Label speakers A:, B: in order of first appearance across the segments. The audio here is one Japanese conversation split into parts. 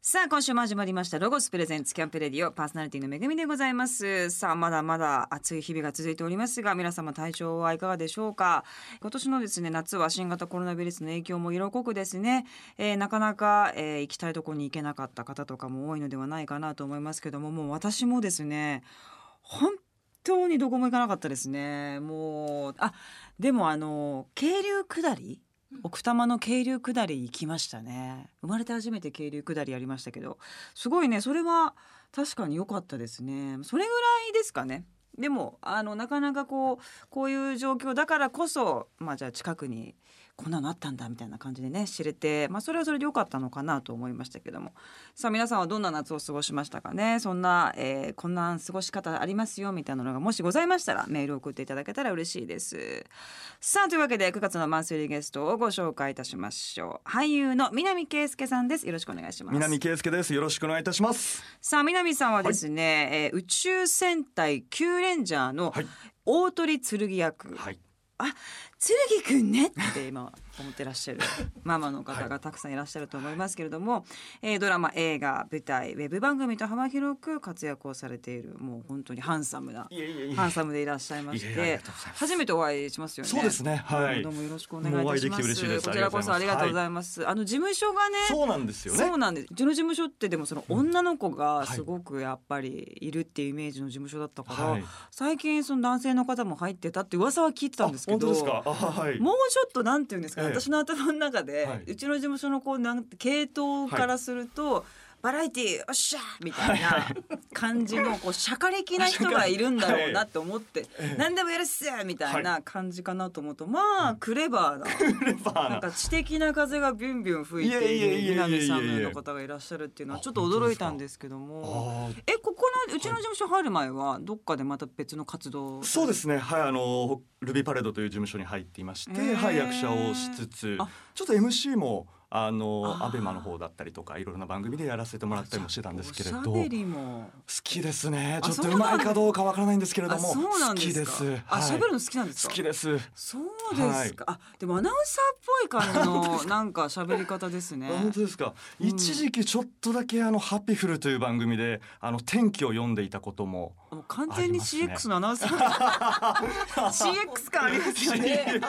A: さあ今週も始まりましたロゴスプレゼンツキャンプレディオパーソナリティのめぐみでございますさあまだまだ暑い日々が続いておりますが皆様体調はいかがでしょうか今年のですね夏は新型コロナウイルスの影響も色濃くですね、えーなかなか、えー行きたいところに行けなかった方とかも多いのではないかなと思いますけどももう私もですね本当にどこも行かなかったですねもうあでもあの渓流下り奥多摩の渓流下り行きましたね生まれて初めて渓流下りやりましたけどすごいねそれは確かに良かったですねそれぐらいですかねでもあのなかなかこうこういう状況だからこそまあじゃあ近くにこんなのあったんだみたいな感じでね知れて、まあ、それはそれで良かったのかなと思いましたけどもさあ皆さんはどんな夏を過ごしましたかねそんな、えーこんな過ごし方ありますよみたいなのがもしございましたらメールを送っていただけたら嬉しいです。さあというわけで9月のマンスリーゲストをご紹介いたしましょう俳優の南圭介さんですよろしくお願いします
B: 南圭介ですよろしくお願いいたします
A: さあ南さんはですね、えー宇宙戦隊キューレンジャーの
B: はい
A: 大鳥剣役、
B: はい
A: あ、剣くんねって今思ってらっしゃ るママの方がたくさんいらっしゃると思いますけれども、えードラマ映画舞台ウェブ番組と幅広く活躍をされているもう本当にハンサムない
B: えいえいえ
A: ハンサムでいらっしゃいまし
B: いえいえありが
A: て
B: とうございます
A: 初めてお会いしますよね
B: そうですねはい
A: どうもよろしくお願いいたし
B: もうお
A: ま
B: 会いできて嬉しいですす
A: こちらこそあ
B: あ
A: り
B: り
A: が
B: が
A: とう
B: と
A: ご
B: うご
A: ざ
B: ざ
A: います、あの事務所がね
B: そうなんですよ
A: そ
B: ね
A: うなんですうちの事務所ってでもその女の子が
B: はい
A: すごくやっぱりいるっていうイメージの事務所だったから、
B: はい
A: 最近その男性の方も入ってたって噂は聞いてたんですけ
B: 本当
A: ど
B: ですかあはい
A: もうちょっとなんていうんですか、ね
B: ええ
A: 私の頭の中で、
B: はいう
A: ちの事務所のこうなんて系統からすると、バラエティーおっしゃーみたいな感じのこうしゃかりきな人がいるんだろうなって思って、何でもやるっすみたいな感じかなと思うとまあクレバーな
B: レバー
A: なん
B: な
A: か知的な風がビュンビュン吹いて
B: いやい
A: い
B: や
A: る
B: いやいやいや
A: 南さんのような方がいらっしゃるっていうのはちょっと驚いたんですけども
B: あー
A: えここのうちの事務所入る前はどっかでまた別の活動
B: そうですねはいあのルビーパレードという事務所に入っていまして、
A: へー
B: はい役者をしつつ
A: あ
B: ちょっと MC もあの
A: あー
B: アベマの方だったりとかいろいろな番組でやらせてもらったりもしてたんですけれど
A: おしゃべ
B: 好
A: りも
B: きですね
A: あ
B: ちょっと
A: そう
B: う
A: なん
B: まいかどうかわからないんですけれど
A: あ
B: も
A: そうなん
B: 好き
A: で
B: ですす
A: かあ
B: はい
A: 喋るの好きなんですか
B: 好きです
A: そうですか、あでもアナウンサーっぽい感じのなんか喋り方ですね
B: あ 本当ですか、
A: うん
B: 一時期ちょっとだけあの「ハピフル」という番組であの天気を読んでいたことも
A: もう完全に
B: あります
A: CX のアナウンサー CX 感ありますよね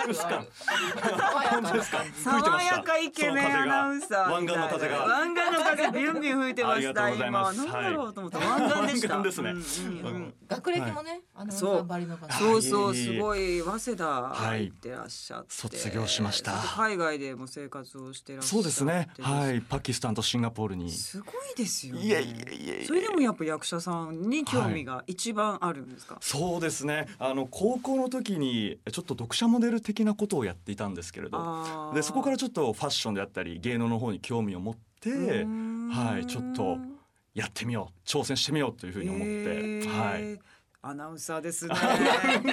B: 本当ですか吹いて
A: 爽
B: ました
A: やかイケメンアナウンサー
B: その
A: みた
B: 風
A: いな
B: が湾岸の
A: 湾
B: 風が
A: 岸の風ビュンビュン吹いてま
B: あり
A: し
B: がと
A: た
B: うござい
A: 今
B: ま
A: なん
B: す
A: だろうと思った湾岸でした
B: 湾岸です
A: うんうんうん
C: 学歴もね、あの
A: そう
C: 頑張りの方
A: そうそう
B: いえいえ
A: すごい早稲田入ってらっしゃって
B: 卒業しました
A: 海外でも生活をしてらっしゃ
B: そ
A: っ
B: う
A: て
B: ですねはいパキスタンとシンガポールにい
A: すごいですよね
B: えいえいえいえ
A: それでもやっぱ役者さんに興味が一番あるんですか、
B: そうですねあの高校の時にちょっと読者モデル的なことをやっていたんですけれど
A: あー
B: でそこからちょっとファッションであったり芸能の方に興味を持っ
A: う
B: て
A: ーん
B: はいちょっとやってみよう挑戦してみようというふうに思って、
A: えー
B: はい
A: アナウンサー ですね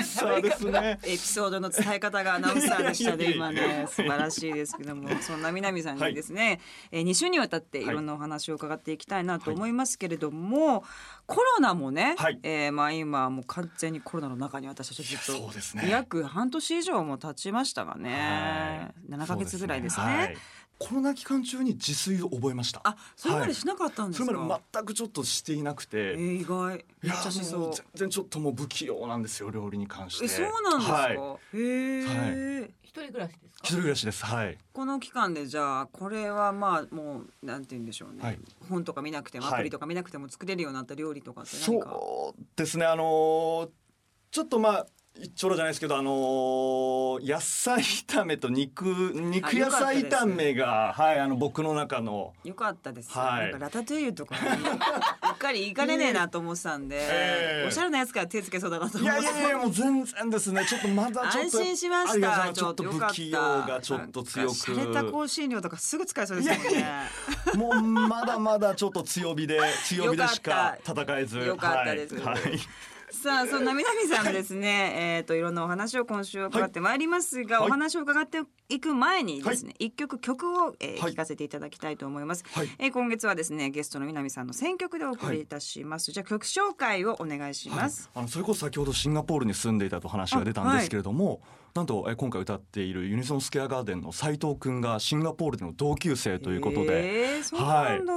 B: そうですね
A: エピソードの伝え方がアナウンサーでしたね
B: いやい
A: 今
B: やいやいや
A: ね素晴らしいですけどもそんな南さんにですね、えー、2週にわたっていろんなお話を伺っていきたいなと思いますけれども、コロナもね、
B: はい
A: えーまあ、今もう完全にコロナの中に私たち
B: いや
A: ずっ
B: そうです
A: と、
B: ね
A: 約半年以上も経ちましたがね、7ヶ月ぐらいですね。
B: はいコロナ期間中に自炊を覚えました。
A: あそれまでしなかったんで
B: それ
A: すか、
B: まで全くちょっとしていなくて、
A: えー意外
B: い
A: めっ
B: や
A: ちゃし
B: も
A: そう
B: う全然ちょっともう不器用なんですよ料理に関して。
A: えそうなんですか、
B: はい。
A: へー
C: 一人暮らしですか
B: 一人暮らしです。はい。
A: この期間でじゃあこれはまあもうなんて言うんでしょうね、
B: はい
A: 本とか見なくても
B: はい
A: アプリとか見なくても作れるようになった料理とかって何か、
B: そうですね。あのーちょっとまあ。ちょろじゃないですけど、あのー野菜炒めと肉肉
A: あよ
B: 野
A: かったです
B: 菜炒めが、はいあの僕の中の
A: よかったですよ、
B: はい
A: なんかラタトゥイユとかね うっかりいかれねえなと思ってたんで、
B: ええ
A: おしゃれなやつから手つけそうだなと
B: い
A: 思っ
B: や
A: て
B: いやいやもう全然ですねちょっとまだちょっと
A: 安心しま
B: あ
A: し
B: りがとうござい
A: た
B: ますちょっと
A: よか
B: 不
A: た
B: 器用がちょっと強く
A: なんか洒落た香辛料とかすぐ使えそうですよね
B: いやいもうまだまだちょっと強火で強火でしか戦えず
A: よかったです
B: はいはい
A: さあそんな南さんのですね、えっといろんなお話を今週伺ってまいりますが、
B: はい
A: お話を伺っていく前にですね、一曲曲を、えー
B: はい
A: 聞かせていただきたいと思います、
B: はい
A: えー今月はですねゲストの南さんの選曲でお送りいたします、じゃあ曲紹介をお願いします、
B: あのそれこそ先ほどシンガポールに住んでいたと話が出たんですけれども、なんとえ今回歌っているユニソンスケアガーデンの斉藤くんがシンガポールでの同級生ということで、
A: えー、そうなんだ、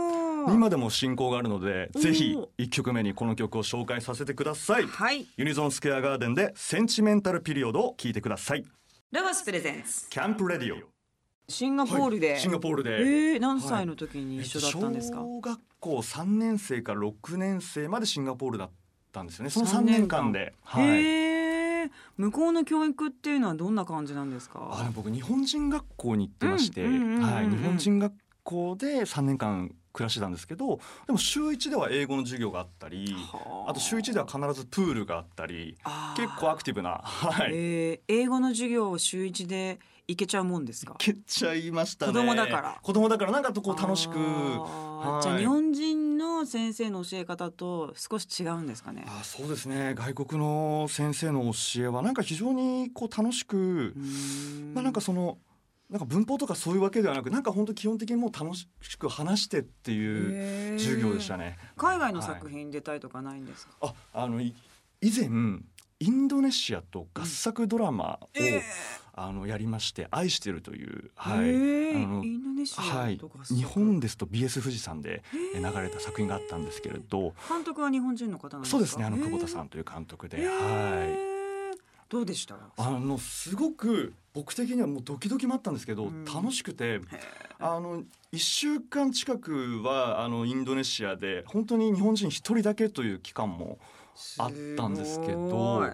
B: 今でも進行があるのでぜひ
A: おー
B: 1曲目にこの曲を紹介させてください
A: はい
B: ユニゾンスクエアガーデンでセンチメンタルピリオドを聴いてください
A: ロゴスプレゼンツ
B: キャンプレディオ
A: シンガポールで、
B: シンガポールで、
A: えー、何歳の時に一緒だったんですか、
B: 小学校3年生から6年生までシンガポールだったんですよねその3
A: 三年
B: 年
A: 間
B: 間ではい
A: へえ向こうの教育っていうのはどんな感じなんですか
B: あでも僕日本人学校に行ってまして、
A: うんうんうんうん
B: はい、日本人学校で3年間暮らしてたんですけどでも週1では英語の授業があったり
A: は
B: あと週1では必ずプールがあったり
A: あー
B: 結構アクティブな、はい、行
A: えー英語の授業を週一で行けちゃうもんですか
B: けちゃいましたね
A: 子供だから
B: 子供だからなんかとこう楽しく
A: あー
B: はい
A: じゃあ日本人の先生の教え方と少し違うんですかね
B: あそうですね外国の先生の教えはなんか非常にこう楽しく
A: うーん
B: まあなんかそのなんか文法とかそういうわけではなくなんか本当基本的にもう楽しく話してっていう
A: へー
B: 授業でしたね。
A: 海外の作
B: はい
A: 品出たりとかないんですか、
B: ああのい以前インドネシアと合作ドラマを、
A: え
B: あのやりまして「愛してる」という、
A: ー
B: はい
A: えー
B: あの
A: インドネシ
B: は
A: ア
B: い
A: とか、
B: 日本ですと BS 富士山でえ流れた作品があったんですけれど、
A: 監督は日本人の方なんですか
B: そうですねあの久保田さんという監督で、はい。
A: いどうでした
B: あのすごく僕的にはもうドキドキもあったんですけど、
A: うん
B: 楽しくてあの1週間近くはあのインドネシアで本当に日本人1人だけという期間もあったんですけど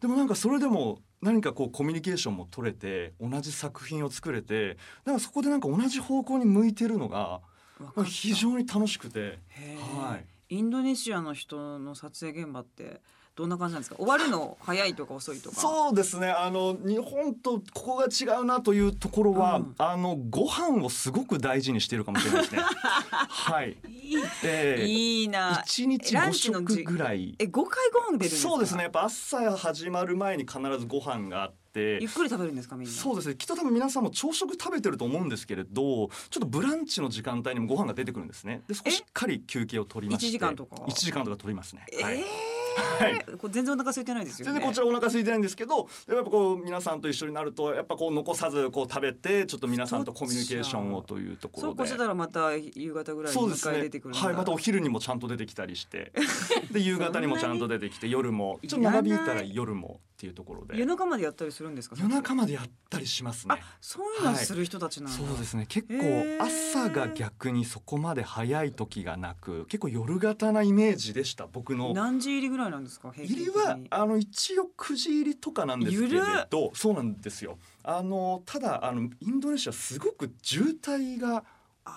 B: でもなんかそれでも何かこうコミュニケーションも取れて同じ作品を作れてだからそこでなんか同じ方向に向いてるのがまあ非
A: に
B: 常に楽しくて。は
A: インドネシアの人の撮影現場ってどんな感じなんですか終わるの早いとか遅いとか
B: そうですねあの日本とここが違うなというところは、
A: うん
B: あのご飯をすごく大事にしているかもしれな いですね。はい、
A: いい
B: えー
A: いいな
B: 一日
A: ラン
B: 5
A: チのじ
B: 食ぐらい
A: え5回ご飯出るんですか
B: そうですねやっぱ朝始まる前に必ずご飯があって
A: ゆっくり食べるんですかみんな
B: そうですねきっと多分皆さんも朝食食べてると思うんですけれどちょっとブランチの時間帯にもご飯が出てくるんですねでそこ
A: え
B: しっかり休憩を取りまして
A: 一時間とか
B: 一時間とか取りますね、
A: え
B: はい
A: えーこれ全然お腹空いてないですよ
B: 全
A: ね
B: 然こちらお腹空いてないんですけどやっぱこう皆さんと一緒になるとやっぱこう残さずこう食べてちょっと皆さんとコミュニケーションをというとこ
A: そう
B: ろ
A: こう
B: で
A: してたらまた夕方ぐらいに
B: そうで
A: 一
B: す
A: 回
B: ね
A: 出てくるんだ
B: はいまたお昼にもちゃんと出てきたりして で夕方にもちゃんと出てきて夜もちょっと長引いたら夜もっていうところで
A: 夜中までやったりするんですか
B: 夜中までやったりします
A: あ
B: ね
A: そういうのする人たちなんだ、
B: そうですね結
A: へ
B: 構
A: ー
B: 朝が逆にそこまで早い時がなく結構夜型なイメージでした僕の
A: 何時入りぐらいなんですか平均
B: 入
A: 的
B: り
A: に
B: はあの一応9時入りとかなんですけれ
A: ゆる
B: どそうなんですよあのただあのインドネシアすごく渋滞が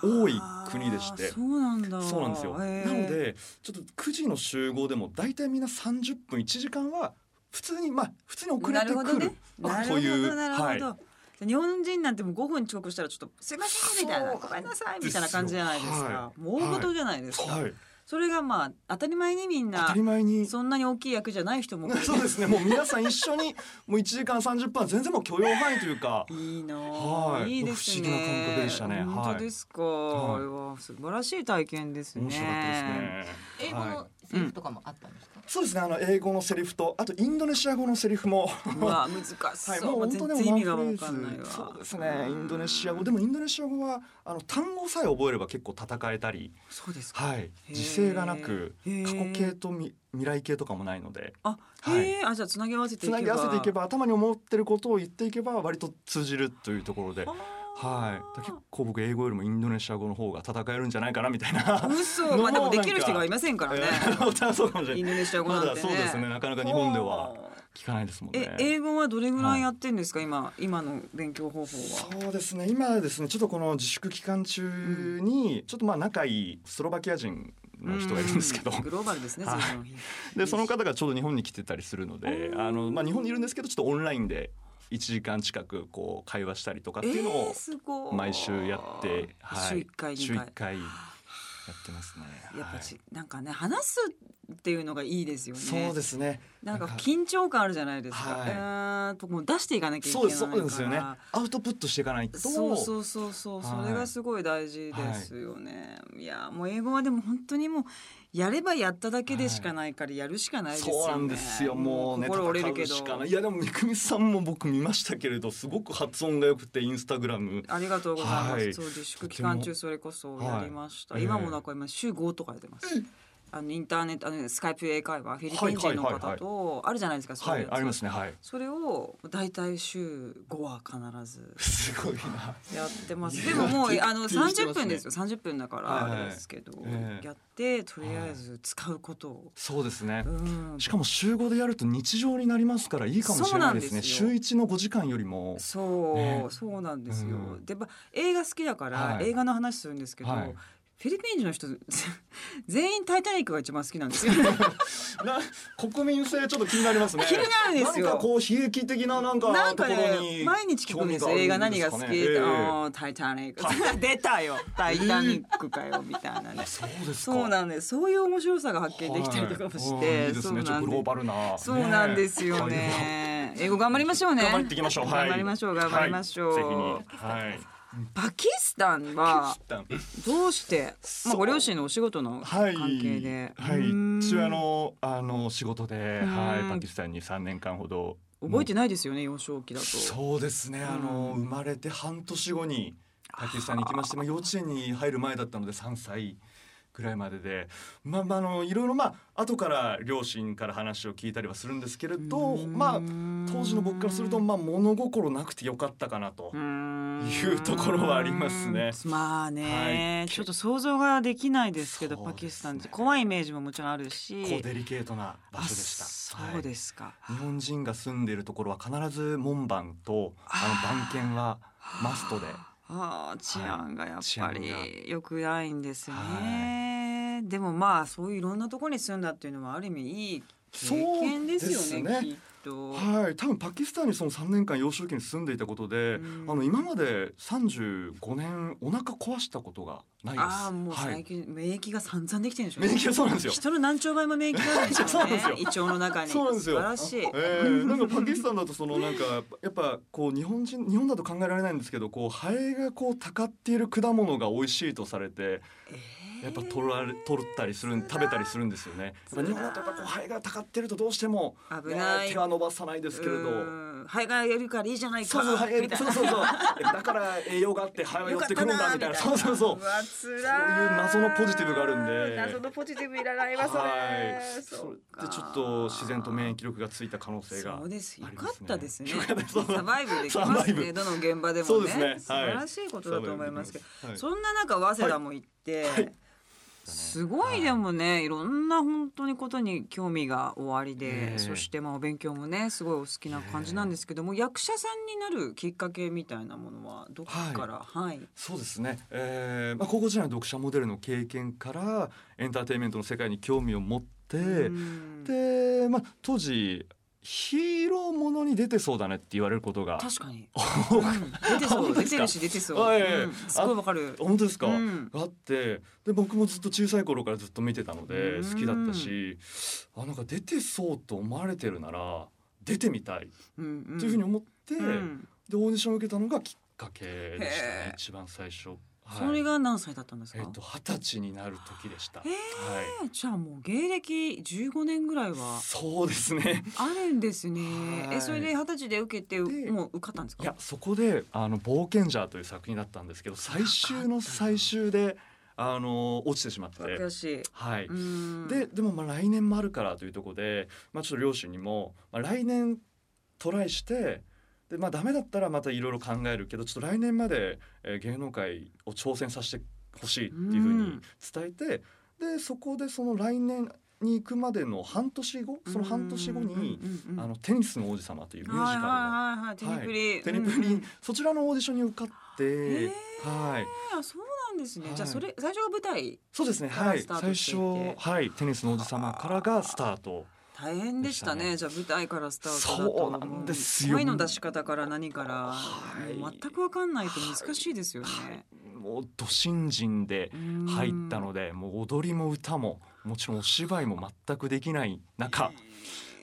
B: 多い国でして
A: あーそうなんだ
B: そうなんですよな
A: へー
B: のでちょっと9時の集合でも大体みんな30分1時間は普通にまあ普通に遅れ
A: な
B: て
A: るほど
B: く
A: ね
B: る
A: なるほ
B: とい
A: ど
B: う
A: なるほど、
B: はい
A: 日本人なんてもう5分遅刻したらちょっと「すいません」みたいな「
B: そう
A: ごめんなさい」みたいな感じじゃないです
B: ですよ
A: か
B: は
A: もう大事じゃないですか、
B: はい
A: それがまあ当たり前にみん
B: 当た
A: な
B: り前に
A: そんなに大きい役じゃない人も
B: そうですねもう皆さん一緒にもう1時間30分は全然もう許容範囲というか
A: いいなあ、
B: はい
A: いですね
B: 不思議な感覚でしたねはい
A: 本当ですか、
B: はい
A: あれは素晴らしい体験ですね
B: 面白かったですね。
C: 英語
B: はい
C: のセリフとかもあったんですか。
B: そうですねあの英語のセリフとあとインドネシア語のセリフも
A: うわ難しそう、もう全然意味が分かんないわ
B: そうですねインドネシア語でもインドネシア語はあの単語さえ覚えれば結構戦えたり、
A: そうですか
B: はい、
A: ー
B: 時制がなく
A: へー
B: 過去形とみ未来形とかもないので
A: あ、
B: はい
A: へえあじゃあつなぎ合わせていけ
B: つ
A: ば
B: なぎ合わせていけば頭に思ってることを言っていけば割と通じるというところで。はい、だから結構僕英語よりもインドネシア語の方が戦えるんじゃないかなみたいな。
A: 嘘まあでもできる人がいませんからね
B: そうかもしれ
A: イン
B: ない。
A: ドネシア語
B: ま
A: なん
B: だ
A: てね
B: そうですね。なかなか日本では聞かないですもんね。
A: え英語はどれぐらいやってんですか、今今の勉強方法は
B: そうですね今ですねちょっとこの自粛期間中に、ちょっとまあ仲いいスロバキア人の人がいるんですけど、
A: うグローバルですね
B: はい
A: 随分
B: でその方がちょうど日本に来てたりするのであの、まあ、日本にいるんですけどちょっとオンラインで1時間近くこう会話したりとかって
A: え
B: いうの
A: ー、
B: を
A: すごい
B: 毎週やって、はい、
A: 週一回二
B: 週
A: 回
B: 一回やってますね。
A: やっぱ
B: はい
A: ち、なんかね話すっていうのがいいですよね。
B: そうですね。
A: なんか緊張感あるじゃないですか。
B: はい
A: えーともう出していかなきゃいけ
B: そ
A: な
B: う
A: いか
B: です
A: ら。
B: そうですよね。アウトプットしていかないと。
A: そうそうそうそう、
B: はい
A: それがすごい大事ですよね。い、やもう英語はでも本当にもうやればやっただけでしかないからやるしかないですよね。
B: そうなんですよ。もうね、
A: 心折れるけ
B: 戦うし
A: ど
B: か。ないいやでも三國さんも僕見ましたけれど、すごく発音が良くてインスタグラム。
A: ありがとうございます。
B: はい
A: そう自粛期間中それこそやりました。
B: はい
A: 今もだから今週5とかやってます。あのインターネットあのスカイプ英会話フィリピン人の
B: はいはい
A: 方
B: はい
A: とあるじゃないですか。そうい
B: は
A: う
B: い
A: や、つ
B: ありますね。はい。
A: それをだいたい週5は必ず
B: すごいな。
A: やってます。
B: いや
A: でももう
D: 徹底
A: あの
D: してますね
A: 30分ですよ。30分だからあれですけど、
B: はいええ
A: やってとりあえず使うことを。
B: そうですね
A: う。ん。
B: しかも週5でやると日常になりますからいいかもしれないですね。
A: そうなん
B: 週
A: で
B: 1の5時間よりも。
A: そう、
B: ね
A: そうなんですよ。
B: うん
A: で、ま映画好きだから、
B: はい
A: 映画の話するんですけど、
B: はい
A: フィリピン人の人 全員タイタニックが一番好きなん ですよ。
B: な国民性ちょっと気になりますね。
A: 気になるんですよ
B: なんかこう悲劇的ななん か
A: なんか
B: ところ
A: ね
B: に
A: 毎日聞くんですよ映画何が好き、
B: 興味るんですかね
A: あータイタニック 出たよタイタニックかよみたいなね
B: ええ。そうですか。
A: そうなんですそういう面白さが発見できたりとかもし
B: はいあー
A: て、
B: いいです
A: そう
B: ね。ちょ
A: な
B: っと
A: ん
B: グロー
A: で
B: バルな。
A: そうなんですよ
B: ね
A: ね。
B: え
A: 英語頑張りましょうね。
B: 頑張っていきましょう。はい
A: 頑張りましょう頑張りましょう
B: はい責任はい。
A: パキスタンはどうして、まあ、
B: そう
A: ご両親のお仕事の
B: はい、
A: 関係で、
B: は
A: うーん
B: い、父親のあの仕事で、
A: うん
B: はい、パキスタンに3年間ほど
A: 覚えて
B: ない
A: ないですよね幼少期だと。
B: そうですねあの
A: うん
B: 生まれて半年後にパキスタンに行きまして、まあ、幼稚園に入る前だったので3歳ぐらいまでで、まあまあ、あのいろいろ、まあ後から両親から話を聞いたりはするんですけれど、まあ、当時の僕からすると、まあ、物心なくてよかったかなと。
A: い
B: いうところはありますね
A: まあね、
B: はい
A: ちょっと想像ができないですけど
B: そうです
A: パ
B: ね
A: キスタンって怖いイメージももちろんあるし
B: こうデリケートな場所でした。
A: あそう
B: はい
A: ですか、
B: 日本人が住んでいるところは必ず門番とあの番犬はマストで
A: あー治安がやっぱ
B: 治
A: り良くないんですよね、でもまあそういういろんなところに住んだっていうのはある意味いい経験ですよ
B: そう
A: ね
B: ですね
A: きっと。
B: はい多分パキスタンにその3年間幼少期に住んでいたことで、
A: うん
B: あの今まで35年お腹壊したことがないです
A: ああもう
B: は
A: 最
B: い、
A: 近免疫が散々できてるんでしょうね
B: 免疫がそうなんですよ
A: 人の何兆倍も免疫があるんですよ
B: そうなんで
A: ね
B: すよ
A: 胃腸の中に
B: そうなんですよ
A: 素晴らしい、
B: えー、なんかパキスタンだとそのなんかやっぱこう日本人日本だと考えられないんですけどこうハエがこうたかっている果物が美味しいとされてやっぱ取られ取ったりするん食べたりするんですよね。やっぱ日本だとやっぱこうハエがたかってるとどうしても
A: 危ない
B: ね手は伸ばさないですけれど。
A: ど肺がやるからいいじゃないか
B: そうそうハエ
A: みたい
B: そう
A: な
B: そうそうだから栄養があってハエは寄ってくるんだみたいなそうそう
A: わ
B: そう
A: 辛い
B: そういう謎のポジティブがあるんで
A: 謎のポジティブいらないわそれ
B: はいそ
A: そう
B: れ
A: か
B: でちょっと自然と免疫力がついた可能性が
A: そうですよ
B: ありま
A: かったですね
B: よかったそう
A: サバイブでき
B: サ
A: ま
B: バ
A: す
B: イ
A: ね
B: ブ
A: どの現場でもね
B: そうですねはい
A: 素晴らしいことだと思いますけど、
B: はい
A: そんな中早稲田も行って、
B: はい
A: すごいでもね、い、ろんな本当にことに興味がおありで、
B: ええ
A: そしてまあお勉強もねすごいお好きな感じなんですけども、役者さんになるきっかけみたいなものはどこからはい、
B: そうですね、えーまあ、高校時代の読者モデルの経験からエンターテインメントの世界に興味を持って、
A: うん
B: で、まあ、当時ヒーローものに出てそうだねって言われることが
A: 確か に、うん出てそう
B: 本
A: 出
B: 当です
A: て
B: か
A: るし出てそう、
B: はいはいはい
A: うんすごいわかる
B: 本当ですか、
A: うん
B: があってで僕もずっと小さい頃からずっと見てたので
A: うん
B: 好きだったしあなんか出てそうと思われてるなら出てみたい
A: うんうん
B: というふうに思って、
A: うん
B: でオーディションを受けたのがきっかけでした
A: へえ
B: ね一番最初。はい
A: それが何歳だったんです
B: え
A: か、
B: っと二十歳になる時でした。
A: へえじゃあもう芸歴15年ぐらい
B: は。
A: はい
B: そうですね。
A: あるんですね。
B: はい
A: え、それで二十歳で受けて、
B: で
A: もう受かったんですか。
B: いやそこであの冒険者という作品だったんですけど最終の最終であの落ちてしまって、
A: 悔しい。。
B: はいう
A: ん
B: で、でもまあ来年もあるからというところで、まあ、ちょっと両親にも、まあ、来年トライしてで、まあ、ダメだったらまたいろいろ考えるけどちょっと来年まで、えー芸能界を挑戦させてほしいっていうふうに伝えて、でそこでその来年に行くまでの半年後その半年後に
A: うんうんう
B: 「
A: ん
B: あのテニスの王子様」というミュージカルの。
A: はいはいはいはい、テニプリ、
B: テニプ
A: うんう
B: リ、
A: ん
B: そちらのオーディションに受かって、
A: へ
B: はい
A: あそうなんですね。
B: はい
A: じゃあそれ最初が舞台。
B: そうですね
A: から
B: はい
A: スタート
B: 最
A: してい
B: 初
A: て
B: はいテニスの王子様からがスタート
A: 大変でしたね
B: で
A: じゃあ舞台からスタートだと
B: そうなんですよ
A: 声の出し方から何から、
B: はい
A: もう全く分かんないと難しいですよね、
B: もうど新人で
A: うん
B: 入ったのでもう踊りも歌ももちろんお芝居も全くできない中、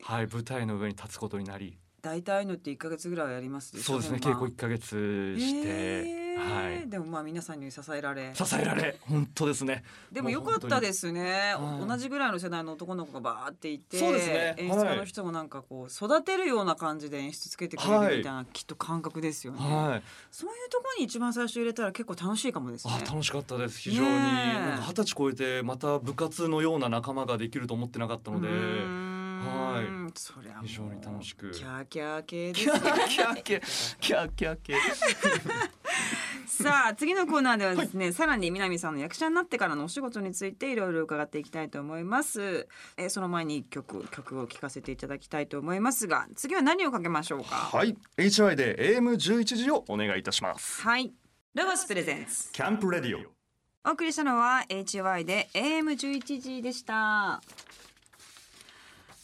B: はい、舞台の上に立つことになり
A: 大体ああいうのって一ヶ月ぐらいはやりますしょ
B: そうですね
A: 本
B: 稽
A: 番
B: 古1ヶ月して、
A: えー
B: はい、
A: でもまあ皆さんに支えられ
B: 支えられ本当ですね
A: でも良かったですね
B: もう本当に
A: 同じぐらいの世代の男の子がバーっていて
B: そうですね
A: 演出家の人もなんかこう育てるような感じで演出つけてくれるみたいなきっと感覚ですよね、
B: はい
A: そういうところに一番最初入れたら結構楽しいかもですね
B: あ楽しかったです非常に
A: ねえ
B: なんか二十歳超えてまた部活のような仲間ができると思ってなかったので
A: うーんそりゃもう
B: 非常に楽しく
A: キャーキャー系です
B: キャーキャー系キャーキャー系
A: さあ次のコーナーではですね、さらに南さんの役者になってからのお仕事についていろいろ伺っていきたいと思いますえーその前に一曲曲を聴かせていただきたいと思いますが次は何をかけましょうか
B: はい HY で AM11 時をお願いいたします
A: はいロゴスプレゼンツ
B: キャンプレディオ
A: お送りしたのは HY で AM11 時でした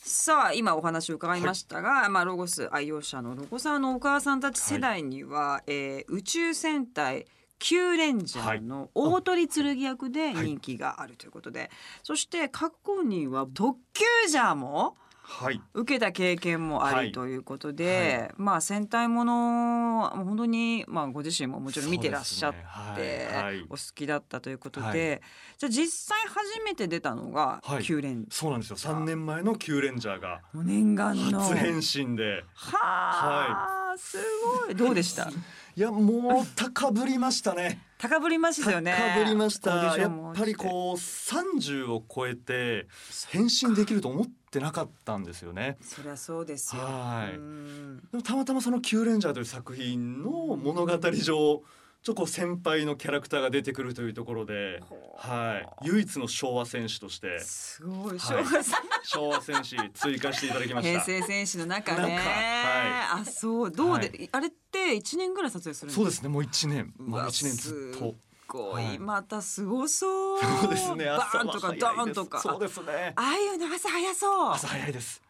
A: さあ今お話を伺いましたが、まあ、ロゴス愛用者のロゴさんのお母さんたち世代には、えー宇宙戦隊キュウレンジャーの大鳥剣役で人気があるということで、そして過去には特急ジャーも
B: はい
A: 受けた経験もあ
B: は
A: り
B: い
A: ということで、まあ戦隊ものは本当に、まあ、ご自身ももちろん見てらっしゃっ
B: そう
A: て
B: ですねはいはい
A: お好きだったということで、
B: はい
A: じゃあ実際初めて出たのが
B: はい
A: 九連、
B: そうなんですよ3年前のキューレンジャーが
A: もう念願の
B: 初変身で
A: はあ、すごいどうでした
B: いやもう高ぶりましたね
A: 高ぶりましたよね
B: 高ぶりまし
A: オーディ
B: た
A: シ
B: や
A: ョンも
B: っぱりこう30を超えて変身できると思ってなかったんですよね
A: そりゃそうですよ
B: はい
A: うん
B: でもたまたまその「キューレンジャー」という作品の物語上ちょっとこう先輩のキャラクターが出てくるというところで、はい、唯一の昭和選手と して
A: すごい、
B: い
A: 昭和さん
B: 昭和選手追加していただきまし
A: 平
B: た
A: 成戦士の中ね
B: 中は
A: あそうどうで、
B: は
A: あれって一年ぐらい撮影するんです
B: そう
A: か
B: ですねもう1年もう1年ずっ
A: うわ
B: と
A: すご
B: はいい
A: またすごそう
B: そうですね
A: バ
B: 朝
A: ーン
B: は
A: とかド
B: 早
A: ーン
B: いです
A: とか
B: そうですね
A: ああいうの朝早そう
B: 朝早いです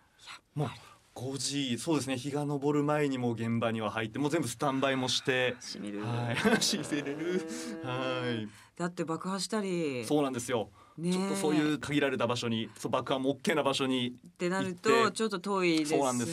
B: もう5時そうですね日が昇る前にもう現場には入ってもう全部スタンバイもして
A: しみる
B: はい、 しせれる。は
A: だって爆破したり
B: い、そうなんですよ。
A: ねえ
B: ちょっとそういう限られた場所に、そう爆破も OK な場所に
A: ってなる
B: 行
A: と
B: って
A: ちょっと遠いですもんね
B: そうなん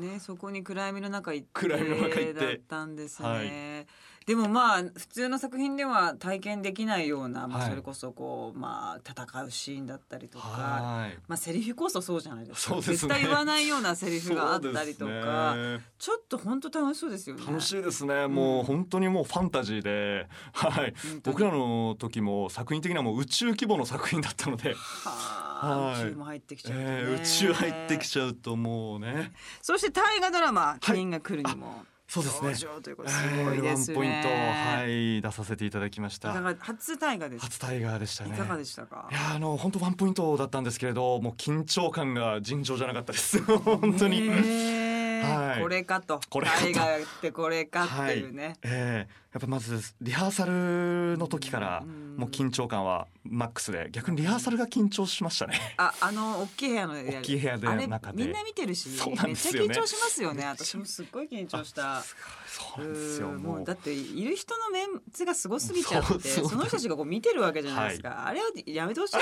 B: ですよ
A: そこに暗闇の中行って
B: 暗闇の中行って
A: だったんですね、
B: は
A: でもまあ普通の作品では体験できないような、まあ、
B: はい
A: それこそこう、まあ、戦うシーンだったりとか、
B: はい。
A: まあ、セリフこそそうじゃないですか
B: そうですね
A: 絶対言わないようなセリフがあったりとか、
B: そうですね
A: ちょっと本当楽しそうですよね。
B: 楽しいですね、もう本当にもうファンタジーで、はい
A: 本、当に
B: 僕らの時も作品的にはもう宇宙規模の作品だったので、
A: はあ
B: はい
A: 宇宙も入ってきちゃうとね、
B: えー宇宙入ってきちゃうともうね
A: そして大河ドラマ「キリンが来る」にも
B: そうです
A: 登
B: ね
A: 場ということですごい
B: えー
A: ですね。
B: ワンポイント、はい、出させていただきまし
A: いか
B: た
A: が初大河です。
B: 初タイガーでした
A: い
B: ね
A: かがでしたか
B: い。やーあの本当ワンポイントだったんですけれどもう緊張感が尋常じゃなかったです 本当に、
A: ねえ
B: はい
A: これかと
B: これかと
A: 大河ってこれかっていうね。
B: ええやっぱまずリハーサルの時から
A: うん
B: もう緊張感はマックスで逆にリハーサルが緊張しましたね
A: ああの大きい部屋のや
B: 大きい部屋で
A: あれ
B: 中で
A: みんな見てるし、
B: そうなん
A: めっ
B: で
A: ちゃ
B: すよ
A: 緊
B: ね
A: 張しますよね。私もすっごい緊張した。
B: そうなんですよ
A: うんも
B: も
A: う
B: う
A: だっている人のメンツがすごすぎちゃって
B: そうそう
A: その人たちがこう見てるわけじゃないですか、あれをやめてほしい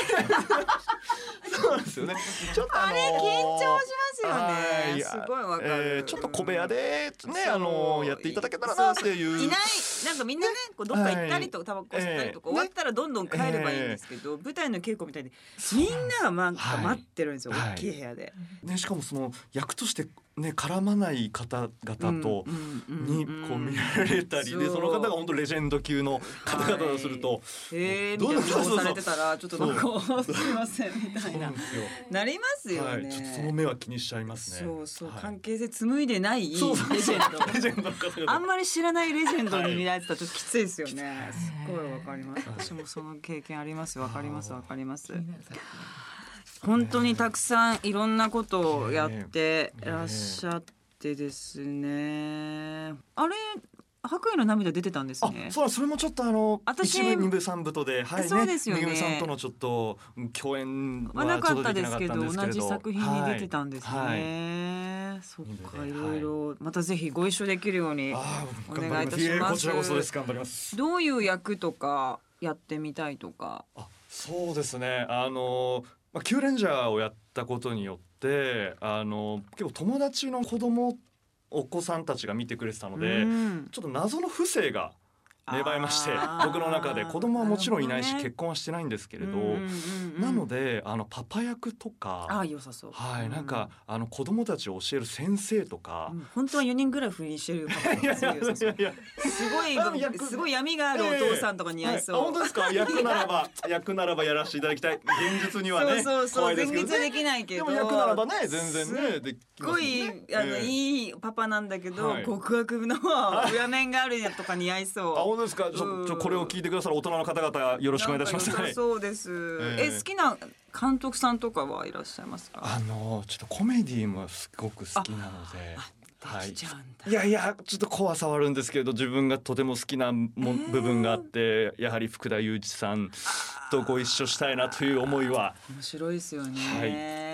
B: そうなんですよねちょっとあ
A: あ
B: の
A: れ緊張し ますよ
B: は
A: ね
B: い
A: すごいわかる、
B: ええちょっと小部屋で
A: うん
B: ねあ
A: そ
B: の
A: う
B: やっていただけたらなっていう
A: いないなんかみんなねこうどっか行ったりとかタバコ吸ったりとか、
B: ええ
A: 終わったらどんどん帰ればいいんですけど、舞台の稽古みたいにみんながなんか
B: はい
A: 待ってるんですよ、
B: はい
A: 大きい部屋で。
B: ねしかもその役としてね絡まない方々と、にこう見られたりで、その方が本当レジェンド級の方々だとすると、
A: ええみ
B: ど
A: た
B: ん
A: いな
B: ど
A: ん顔されてたらちょっとなんか すいませんみた
B: そう
A: い
B: な
A: なん
B: ですよ。
A: なりますよね。
B: はい、ちょっとその目は気にしちゃいますね。
A: そうそう、
B: はい
A: 関係性紡いでないレジ
B: そうそう
A: ェンド。
B: レジ ェンドの方々。
A: あんまり知らないレジェンドに見られてたらちょっときついですよね。すっごいわかります。
B: はい
A: 私もその経験あります。わかります。わかります
C: 気。になる作
A: 本当にたくさんいろんなことをやってらっしゃってですね。あれ、白衣の涙出てたんです
B: あ
A: ね。
B: そうだそれもちょっとあの
A: 私
B: 一部二部三部とで、はいね、
A: そうですよね
B: めぐみさんとのちょっとうん共演
A: は
B: は
A: な
B: ちょ
A: か
B: っ
A: っ
B: と
A: た
B: でき
A: で
B: な
A: す
B: か
A: け
B: った
A: ど
B: んですけ
A: 同
B: れど
A: じ作品に出てたんですね。
B: はいはい
A: そっ
B: は
A: か
B: い
A: いろいろまたぜひご一緒できるように
B: あ
A: お
B: ー頑張り
A: 願いいたし
B: えー
A: ます。
B: こちらこそです頑張ります
A: どういう役とかやってみたいとか。
B: あそうですねあのまあキューレンジャーをやったことによってあの結構友達の子供お子さんたちが見てくれてたので、
A: うん
B: ちょっと謎の不正が芽生えまして
A: あー
B: 僕の中で子供はもちろんいないし、
A: なるほどね
B: 結婚はしてないんですけれど、
A: うんうんうんうん
B: なのであのパパ役と
A: あ
B: か
A: あ良さそう。
B: はい、
A: う
B: なんかあの子供たちを教える先生とか
A: う、ん本当は4人ぐらい不倫してるよ
B: いやいやいやいや
A: すごい
B: あの役
A: すごい闇があるお父さんとか似合い
B: はあ
A: そ
B: 本
A: う
B: 当。です か役ならば役ならばやらせていただきたい現実にはね
A: そうそうそ
B: 怖
A: う
B: いです
A: 全
B: けど
A: 然
B: ね
A: できないけ
B: で
A: ど。
B: も役ならばね全然ねでき
A: すっごい、あの、
B: い
A: いいパパなんだけど、
B: はい
A: 極悪の 裏面があるやとか似合い
B: あ
A: そう。
B: 本当ですかち
A: う
B: ょ
A: ん
B: ちょこれを聞いてくださる大人の方々よろしくお願いいたします
A: なんか良
B: は
A: さ
B: い
A: そうです。
B: え
A: え
B: え
A: 好きな監督さんとかはいらっしゃいますか。
B: あのちょっとコメディもすごく好きなのではい
A: できちゃうんだ。
B: いやいやちょっと怖さはあるんですけど自分がとても好きなも、
A: ー
B: 部分があってやはり福田雄一さんとご一緒したいなという思いは
A: 面白いですよね。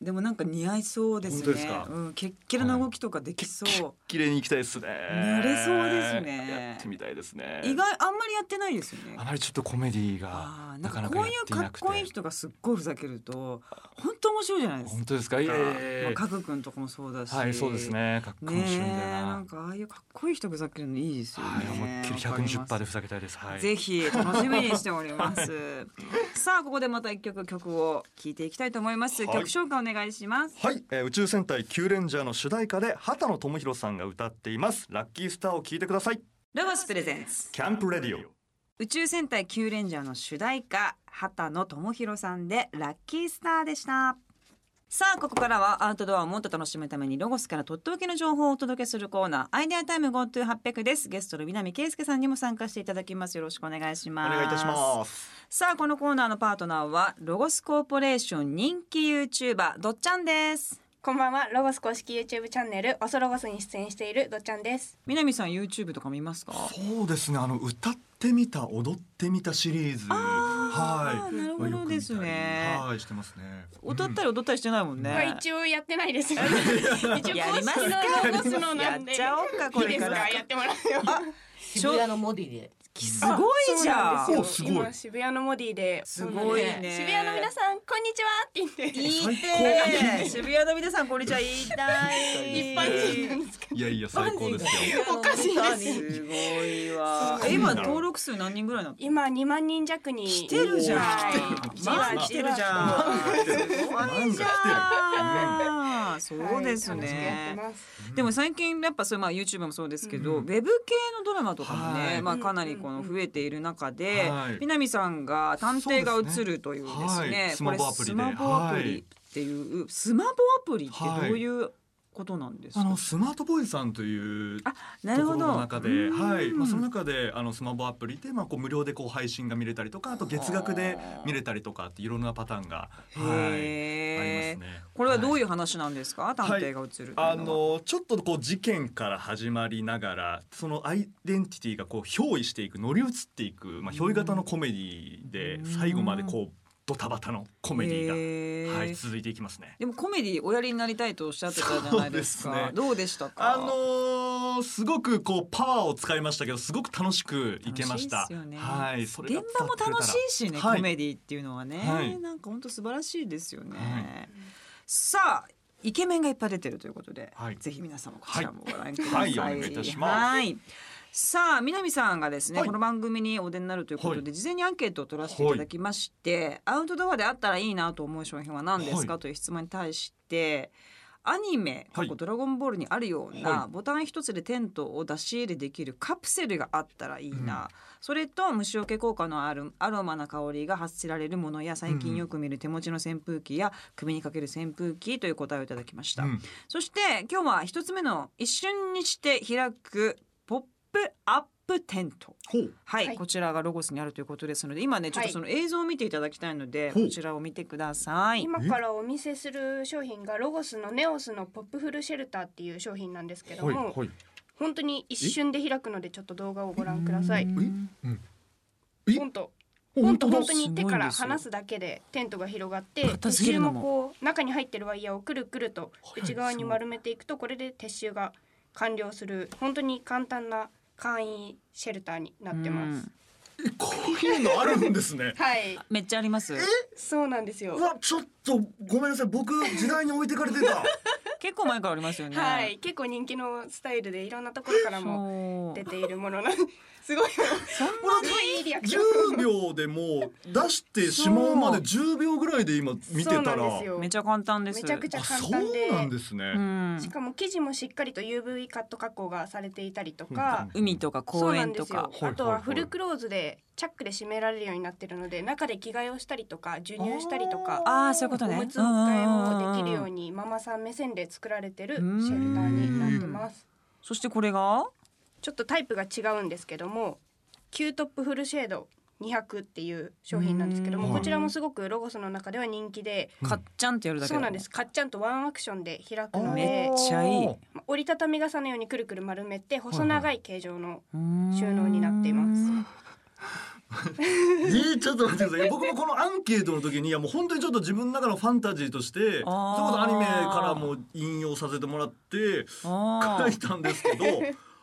A: でもなんか似合いそうですね。
B: 本当ですか
A: うん、キレッキレの動きとかできそう。
B: 綺麗に行きたいですね
A: 慣れそうですね
B: やってみたいですね
A: 意外あんまりやってないですよね
B: あ。まりちょっとコメディ
A: あーな
B: がなんか
A: か
B: なか
A: こう
B: やっ
A: いう
B: てい
A: か
B: な
A: っ
B: くて
A: こいい人がすっごいふざけると本当面白いじゃないですか
B: 本。当ですかいやいやいや
A: まあ、かぐくんとかもそうだし。
B: はいそうです。ねかっこいい
A: ね
B: んだよ
A: え、な
B: なん
A: かああいうかっこいい人ふざけるのいいですよ
B: はい
A: ね。
B: 思いっきり
A: わかます
B: 120%でふざけたいですはい
A: ぜひ楽しみにしており ます。さあここでまた一曲曲を聴いていきたいと思います。
B: はい
A: 曲紹介お願いします。
B: はい、えー宇宙戦隊キューレンジャーの主題歌で畑野智博さんが歌っていますラッキースターを聞いてください
A: ロゴスプレゼンツ
B: キャンプレディオ
A: 宇宙戦隊キューレンジャーの主題歌畑野智博さんでラッキースターでした。さあここからはアウトドアをもっと楽しむためにロゴスからとっておきの情報をお届けするコーナーアイデアタイム GoTo800 ですゲストの南圭介さんにも参加していただきますよろしくお願いし
B: お
A: ます
B: 願いいたします
A: さあこのコーナーのパートナーはロゴスコーポレーション人気 YouTuber どっちゃんです
D: こんばんは、ロゴス公式 YouTube チャンネル、おそロゴスに出演しているどっちゃんです。
A: 南さん YouTube とか見ますか
B: そうですねあの歌ってみた踊ってみたシリーズ
A: あー
B: はい
A: なるほどですね
B: よく見たりはいしてますね
A: 踊った
B: り、
A: り踊ったりしてないもんね、
D: まあ一応やってないです。 一応公式
A: やりますか
D: のロゴスのな
A: やっ
D: んで。
A: ちゃおうかこ
D: い
A: れ
D: いで
A: か
D: す
A: ら
D: か、やってもらっても。
C: 渋谷のモディで。
A: すごいじゃ
D: そうんな
B: お
D: ですす
B: ご
D: よ
B: い
D: 今渋谷のモディで。
A: すごいね
D: そうなんです渋谷の皆さん、こんにちはって言って。
A: いいね渋谷の皆さんこんにちは言いたい
D: 一般人なんですけ
B: いやいや最高ですよ
D: おかしいです
A: すごいわ
B: すごいな
A: 今登録数何人ぐらいなの
D: 今2万人弱に。
A: 来てるじゃん
D: はい
A: まあ来てるじゃんすごいじゃんそうですね
D: はい楽しくやってます
A: でも最近やっぱそういうまあ YouTube もそうですけど、
B: う
A: ウ
B: ん
A: ェブ系のドラマとかもね、
B: はい
A: まあかなりこの増えている中で、
B: はい
A: 南さんが探偵が映るというですね
B: そう
A: これ
B: ですねはい
A: ス
B: ス
A: マ
B: マ
A: ホ
B: ホ
A: ア
B: ア
A: プ
B: プリで
A: リっていう、スマホアプリってどういうことなんですか、
B: あのスマートボーイさんという
A: あな
B: と
A: る
B: こ
A: ほ
B: ろ
A: ど
B: の中で、
A: うん
B: はい、まあ、その中であのスマホアプリで、まあ、こう無料でこう配信が見れたりとか、あと月額で見れたりとかっていろんなパターンが、はい、あります
A: へえ、
B: ね。
A: これはどう
B: い
A: いう話なんですか、探偵が映るっていうのは
B: あのちょっとこう事件から始まりながらそのアイデンティティがこう憑依していく乗り移っていく、まあ、憑依型のコメディで
A: うん
B: 最後までこうドタバタのコメディ
A: へえ
B: が、はい、続いていきますね。
A: でもコメディおやりになりたいとおっしゃってたじゃないですか
B: そうですね
A: どうでしたか
B: あのーすごくこうパワーを使いましたけどすごく楽しくいけました。
A: 楽しいですよね
B: はい、それ
A: 現
B: が
A: 場も楽しいしね、
B: はい
A: コメディっていうのはね、
B: はい
A: なんか本当素晴らしいですよね、
B: はい
A: さあイケメンがいっぱい出てるということで、
B: はい
A: ぜひ皆さんもこちらもご覧ください、
B: はいはいお願いいたします
A: はいさあ南さんがですね、
B: はい
A: この番組にお出になるということで、
B: は
A: 事前にアンケートを取らせていただきまして、アウトドアであったらいいなと思う商品は何ですか、
B: はい
A: という質問に対してアニメ「過
B: はい
A: 去ドラゴンボール」にあるような、
B: は
A: ボタン一つでテントを出し入れできるカプセルがあったらいいな、
B: うん
A: それと虫除け効果のあるアロマな香りが発せられるものや最近よく見る手持ちの扇風機や首にかける扇風機という答えをいただきました、
B: うん
A: そして今日は一つ目の一瞬にして開くポップアップテント
B: ほう
A: はい、
D: はい
A: こちらがロゴスにあるということですので今ねちょっとその映像を見ていただきたいので、
B: ほう
A: こちらを見てください
D: 今からお見せする商品がロゴスのネオスのポップフルシェルターっていう商品なんですけども、
B: はい
D: 本当に一瞬で開くのでちょっと動画をご覧ください。
E: え
D: 本当
E: 本
D: 本
E: 当
D: 当
E: だ
D: 本当に行ってから
A: すごいんですよ
D: 話すだけでテントが広がって
A: 片
D: 撤
A: 付ける
D: 収
A: の
D: も
A: も
D: こう中に入ってるワイヤーをくるくると
A: はい
D: 内側に丸めていくとこれで撤収が完了する本当に簡単な簡易シェルターになってます。
E: えこういうのあるんです ね
D: はい、
A: めっちゃあります
D: そうなんですよ
E: う。わちょっとごめんなさい僕時代に置いてかれてた
A: 結構前からありますよね
D: はい、結構人気のスタイルでいろんなところからも
A: も
D: 出ているものなんすごいすごいいいリアクション
E: 10秒でもう出してしまうまで10秒ぐらいで今見て
D: そう
E: た
D: なん
E: ら
D: ですよ
A: め
D: め
A: ちゃ簡単です
D: ちゃくちゃ
E: あ
D: 簡
E: そう
D: 単で
E: なんですね、
A: うん
D: しかも生地もしっかりと UV カット加工がされていたりとか、
A: 海とか
D: そう
A: 公
D: なん
A: 園
D: で
A: と
D: すよ
A: か
E: はいはいはい
D: あとはフルクローズでチャックで締められるようになってるので中で着替えをしたりとか授乳したりとか
A: ああそういうこと
D: お
A: ね
D: むつ替えもできるよ
A: んん
D: うんにママさん目線で作られてるシェルターになってます
A: そしてこれが
D: ちょっとタイプが違うんですけどもキュートップフルシェード200っていう商品なんですけど
E: う
D: も
E: ん
D: こちらもすごくロゴスの中では人気で
A: カッチャンってやるだけ
D: そ
A: で
D: う
A: も
D: なんですかっちゃんとワンアクションで開くの
A: め
D: で
A: っちゃいい
D: ま折りたたみ傘のようにくるくる丸めて細長い形状の
A: うん
D: 収納になっています
E: えちょっと待ってください僕もこのアンケートの時にいやもう本当にちょっと自分の中のファンタジーとしてそれこ
A: あー
E: そアニメからも引用させてもらって
A: あ
E: 書
A: ー
E: いたんです けど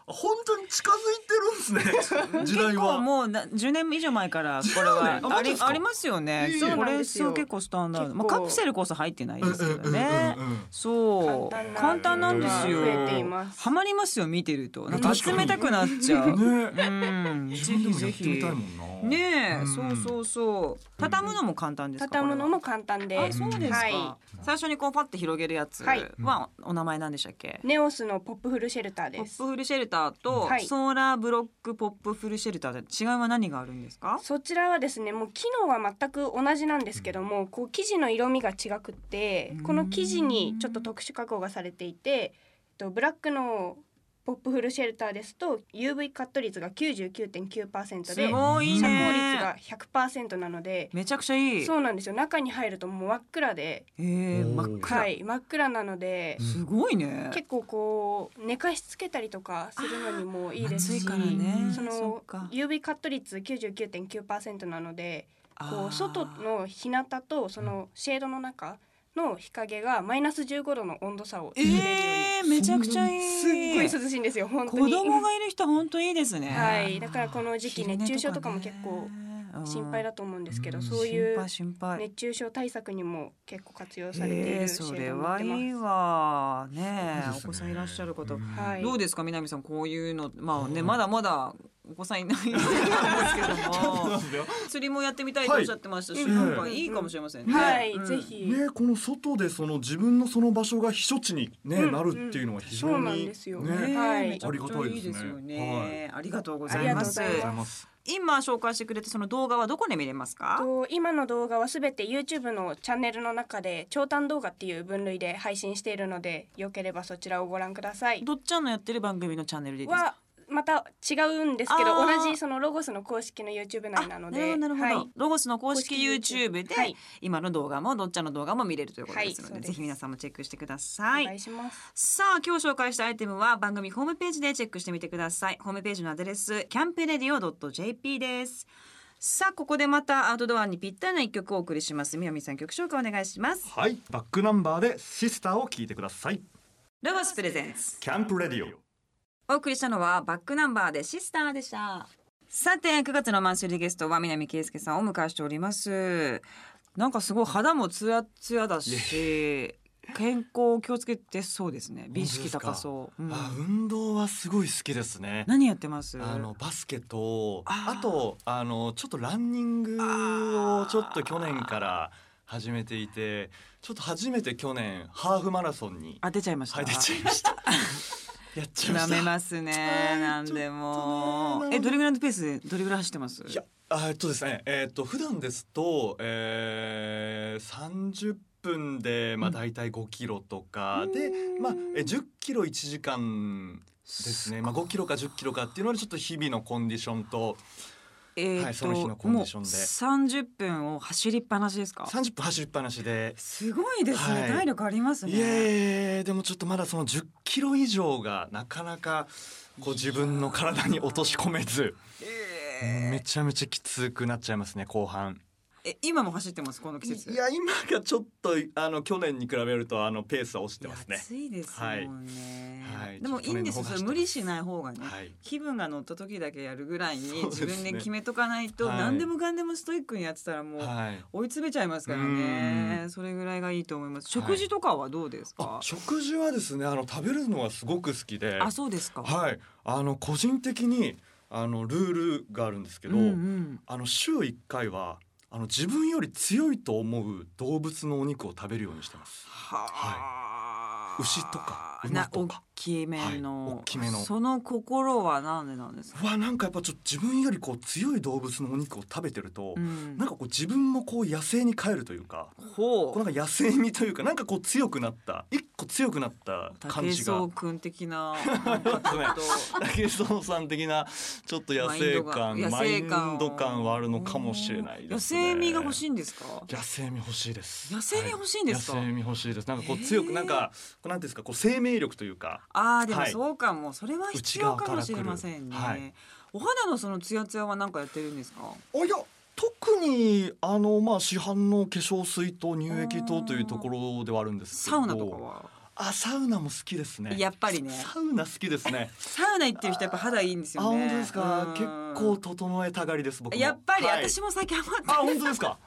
E: 本当に近づいてるんですね時代
A: 結構
E: は。
A: もうな10年以上前からこれは
E: 10年あ
A: あ
E: マジ
A: り
E: ですか
A: ありますよね
E: そう
A: こ
D: なん
A: れ
D: ですよ
A: そう結構スタンダードまあ
D: 結
A: カ
D: 構
A: プセルこそ入ってないですけどね
E: うんうんうんうん
A: そう簡
D: 簡
A: 単
D: 単
A: な
D: なん
A: ですよ
D: 増えています
A: ハマりますよ見てるとなんか集めたくなっち ゃう
E: ね
A: うん
E: 自
A: ぜ
E: 分で
A: ひ
E: もや
A: ぜ
E: ってみ
A: ひ
E: たいもんな。
A: ね
E: う
A: え、
E: ん
A: そうそうそう畳むのも簡単ですか
D: 畳むのも
A: こ
D: 簡単
A: れはあ
D: で
A: そうですか、
D: は
A: 最初にこうパッて広げるやつは、
D: はい
A: お名前なんでしたっけ
D: い、ネオスのポップフルシェルター
A: ポ
D: で
A: ッ
D: す
A: プフルシェルターと、
D: はい
A: ソーラーブロックポップフルシェルターで違いは何があるんですか
D: そちらはですねもう機能は全く同じなんですけども、こう生地の色味が違くってこの生地にちょっと特殊加工がされていて、えっと、ブラックのポップフルシェルターですと UV カット率が99.9%
A: す
D: で遮
A: ごいいい
D: 光率
A: ね
D: が100%なので
A: めちゃくちゃいい
D: そうなんですよ中に入るともう真っ暗で、
A: えー、
E: おー
A: 真っ暗、
D: はい、真っ暗なので、
A: すごいね
D: 結構こう寝かしつけたりとかするのにもいいです
A: 暑
D: し
A: いからね
D: そ
A: そ
D: の
A: っか
D: UV カット率99.9%なので。こ
A: あー
D: う外の日向とそのシェードの中の日陰がマイナス15度の温度差を作れるように、
A: えー、めちゃくちゃいい
D: すっごい涼しいんですよ本当
A: 子
D: に
A: 供がいる人本当いいですね
D: はいだからこの時期
A: 昼寝
D: 熱中症とかも
A: ね
D: 結構心配だと思うんですけど、そう
A: 心
D: いう
A: 配心配
D: 熱中症対策にも結構活用されてい
A: え
D: る
A: ー
D: シェ
A: そ
D: ー
A: れ
D: ドになっ
A: は
D: て
A: いい
D: ま
A: わね
E: そうですね
A: お子さんいらっしゃること、
E: うん
D: す。はい、
A: どうですか南さんこういうのまあねまだまだお子さんいないんですけど も釣りもやってみたいとおっしゃってましたし、
E: はい
A: なんかいいかもしれませんね、
D: はい、
A: うん
D: ぜひ、
E: ね、この外でその自分のその場所が避暑地に、ね
D: うん
E: なるっていうのは非
D: そう
E: 常
D: なん
E: に、
D: ですよ、
E: ね
D: はい
A: めちゃくちゃいいですよね、ありがとうござ
D: あ
A: い
D: りが
A: ま
D: とうご
A: す
D: ざいます
E: ます。
A: 今紹介してくれたその動画はどこで見れますか
D: と今の動画はすべて YouTube のチャンネルの中で長短動画っていう分類で配信しているのでよければそちらをご覧ください
A: どっちゃんのやってる番組のチャンネルでいいですか
D: はまた違うんですけど
A: あー
D: 同じそのロゴスの公式の YouTube 内なので
A: あなるほどなるほど、
D: はい
A: ロゴスの公式
D: 公式
A: YouTube で、
D: はい
A: 今の動画もどっちゃんの動画も見れるということですので,、
D: はいそうです
A: ぜひ皆さんもチェックしてくだ
D: お
A: さい、
D: 願いします
A: さあ今日紹介したアイテムは番組ホームページでチェックしてみてくださいホームページのアドレスキャンプレディオ .jp ですさあここでまたアウトドアにぴったりな一曲をお送りします南さん曲紹介お願いします
B: はい、バックナンバーでシスターを聞いてください。
A: ロゴスプレゼンツ
B: キャンプレディオ。
A: お送りしたのはバックナンバーでシスターでしたさて9月のマンスリーゲストは南圭介さんをお迎えしておりますなんかすごい肌もツヤツヤだし健康気をつけてそうですね美意識高そう、うん
B: あ、運動はすごい好きですね。
A: 何やってます
B: あのバスケと
A: あ
B: あ
A: ー
B: とあのちょっとランニングをちょっと去年から始めていてちょっと初めて去年ハーフマラソンに
A: 当てちゃいました
B: 入ってちゃいました やっちゃいま
A: 舐
B: した
A: めますねなんで
B: ちょっ
A: も
B: とね
A: えどれぐらいのペースでどれぐらい走ってます
B: いやあえっとですねえっと普段ですと、えー、30分でまあ大体5キロとかで、まあえ10キロ1時間ですねまあ5キロか10キロかっていうのはちょっと日々のコンディションと
A: え
B: は
A: ー
B: いその日の
A: っと
B: コンデ
A: もう
B: ィションで
A: 三十分を走りっぱなしですか。
B: 30分走りっぱなしで。
A: すごいですね、
B: はい
A: 体力ありますね。
B: いえいえでもちょっとまだその10キロ以上がなかなかこう自分の体に落とし込めずめちゃめちゃきつくなっちゃいますね後半
A: え今も走ってますこの季節。
B: いや今がちょっとあの去年に比べるとあのペースは落ちてますね
A: 暑いですもんね。
B: はいはい
A: でもいいんですよ。
B: ち
A: そ
B: ょ
A: れ
B: っと去年の方が
A: 無理しない方がね。
B: はい
A: 気分が乗った時だけやるぐらいに
B: そうです
A: 自分
B: ね
A: で決めとかないと
B: はい
A: 何でもかんでもストイックにやってたらもう
B: はい
A: 追い詰めちゃいますからね
B: う
A: それぐらいがいいと思います
B: はい
A: 食事とかはどうですか、
B: あ食事はですねあの食べるのはすごく好きで
A: あそうですか
B: はいあの個人的にあのルールがあるんですけど、
A: うんうん
B: あの週1回はあの自分より強いと思う動物のお肉を食べるようにしてます
A: はあ
B: 牛とか馬とか
A: な大きめの、
B: はい大きめの
A: その心はなんでなんですか、
B: うわなんかやっぱちょっと自分よりこう強い動物のお肉を食べてると、
A: うん
B: なんかこう自分もこう野生に帰るというか
A: ほ
B: こうなんか野生味というかなんかこう強くなった一個強くなった
A: う
B: 感
A: 武
B: じが
A: 蔵君的 ななんかちょっと
B: 竹園さん的なちょっと野生感
A: マ
B: マ
A: イ
B: イ
A: ンドが
B: ンド感はあるのかもしれないですね
A: 野生味が欲しいんですか
B: 野生味欲しいです
A: 野生味欲しいんですか
B: は野生味欲しいですなんかこう強く、なんかこうなんていうんですかこう生命力というか
A: ああでも
B: はい
A: そうかも、それは必要かもしれませんね、
B: 内側から来るはい
A: お肌のそのツヤツヤは何かやってるんですか
B: あいや特にあのまあ市販の化粧水と乳液とというところではあるんですけ
A: サ
B: ど
A: ウナとかは
B: あサウナも好きですね
A: やっぱりね
B: サウナ好き ですね
A: サウナ行ってる人やっぱ肌いいんです
B: あ
A: よね
B: 本当ですか結
A: うん
B: 構整えたがりです僕も
A: やっぱり
B: はい
A: 私も最近ハマ
B: あ
A: って
B: 本当です か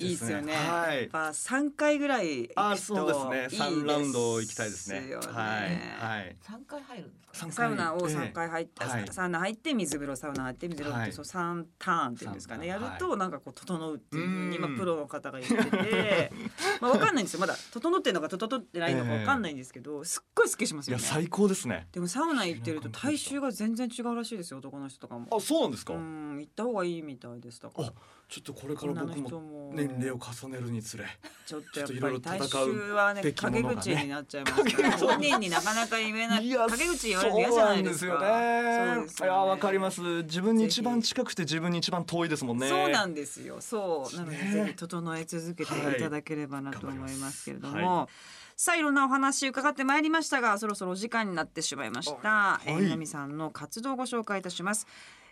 A: いいですよね、
B: は
A: やっ
B: い
A: ぱ三回ぐらい行くといい
B: あ
A: です
B: そうですね三ラウンド行きたいですね
A: よ
B: はいはい
C: 三回入るんですか。
B: 三回
A: サウナを3回入った、
B: はい
A: サウナ入って水風呂サウナ入って水風呂って、
B: はい
A: そう3ターンっていうんですかねや
B: 三
A: る
B: ターン
A: となんかこう整うっていうふうに
B: うん
A: 今プロの方が言って てまあわかんないんですよまだ整ってんのか整ってないのか
B: ええ
A: わかんないんですけどすっごいすっきりします
B: い
A: よ
B: や
A: ね
B: 最高ですね
A: でもサウナ行ってると体臭が全然違うらしいですよ男の人とかも
B: あそうなんですか、
A: うん行った方がいいみたいでしたから
B: あちょっとこれから
A: 女の
B: 僕
A: 人
B: も年齢を重ねるにつれ
A: ちょっとやっ
B: ちょっ
A: ぱ
B: と
A: り
B: 色々
A: 体
B: 戦う
A: 臭はね
B: べきもの
A: 陰
B: がね
A: 口になっちゃいますから
B: 陰口
A: 本人になかなか言えない
B: いや
A: 陰口言われるの嫌じゃないですか
B: そうなんですよねいやわかりますす自分に一番近くて自分に一番遠いですもんね
A: そうなんんですよ。そうなので、
B: ね
A: ぜひ整え続けていただければなと
B: はい
A: 思いますけれども、
B: 頑張りま
A: さあいろんなお話伺ってまいりましたが、そろそろお時間になってしまいました。
B: い
A: えー南さんの活動をご紹介いたします。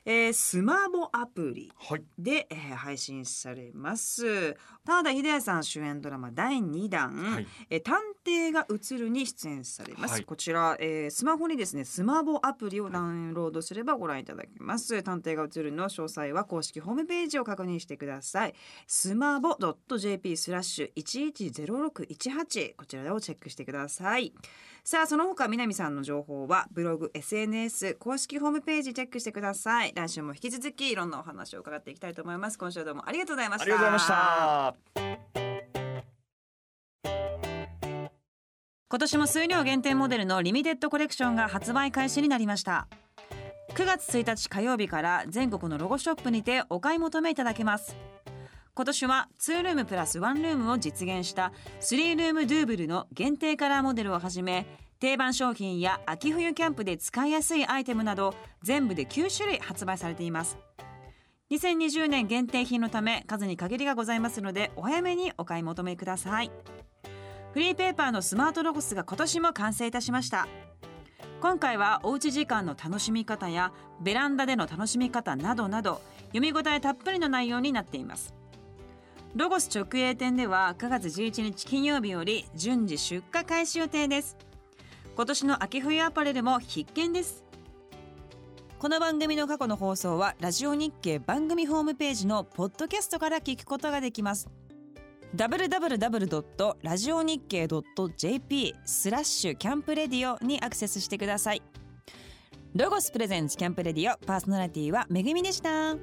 A: えースマホアプリ
B: はい
A: で、えー配信されます田田秀也さん主演ドラマ第2弾「
B: はい
A: えー探偵が映る」に出演されます、
B: はい
A: こちら、えースマホにですねスマホアプリをダウンロードすればご覧いただけます、探偵が映るの詳細は公式ホームページを確認してくださいスマボ .jp スラッシュ110618こちらをチェックしてくださいさあその他南さんの情報はブログ SNS 公式ホームページチェックしてください来週も引き続きいろんなお話を伺っていきたいと思います今週はどうもありがとうございました
B: ありがとうございました
A: 今年も数量限定モデルのリミテッドコレクションが発売開始になりました9月1日火曜日から全国のロゴショップにてお買い求めいただけます今年は2ルームプラス1ルームを実現した3ルームドゥーブルの限定カラーモデルをはじめ定番商品や秋冬キャンプで使いやすいアイテムなど全部で9種類発売されています2020年限定品のため数に限りがございますのでお早めにお買い求めくださいフリーペーパーのスマートロゴスが今年も完成いたしました今回はおうち時間の楽しみ方やベランダでの楽しみ方などなど読み応えたっぷりの内容になっていますロゴス直営店では9月11日金曜日より順次出荷開始予定です今年の秋冬アパレルも必見ですこの番組の過去の放送はラジオ日経番組ホームページのポッドキャストから聞くことができます www.radionickei.jp スラッシュキャンプレディオにアクセスしてくださいロゴスプレゼンツキャンプレディオパーソナリティはめぐみでした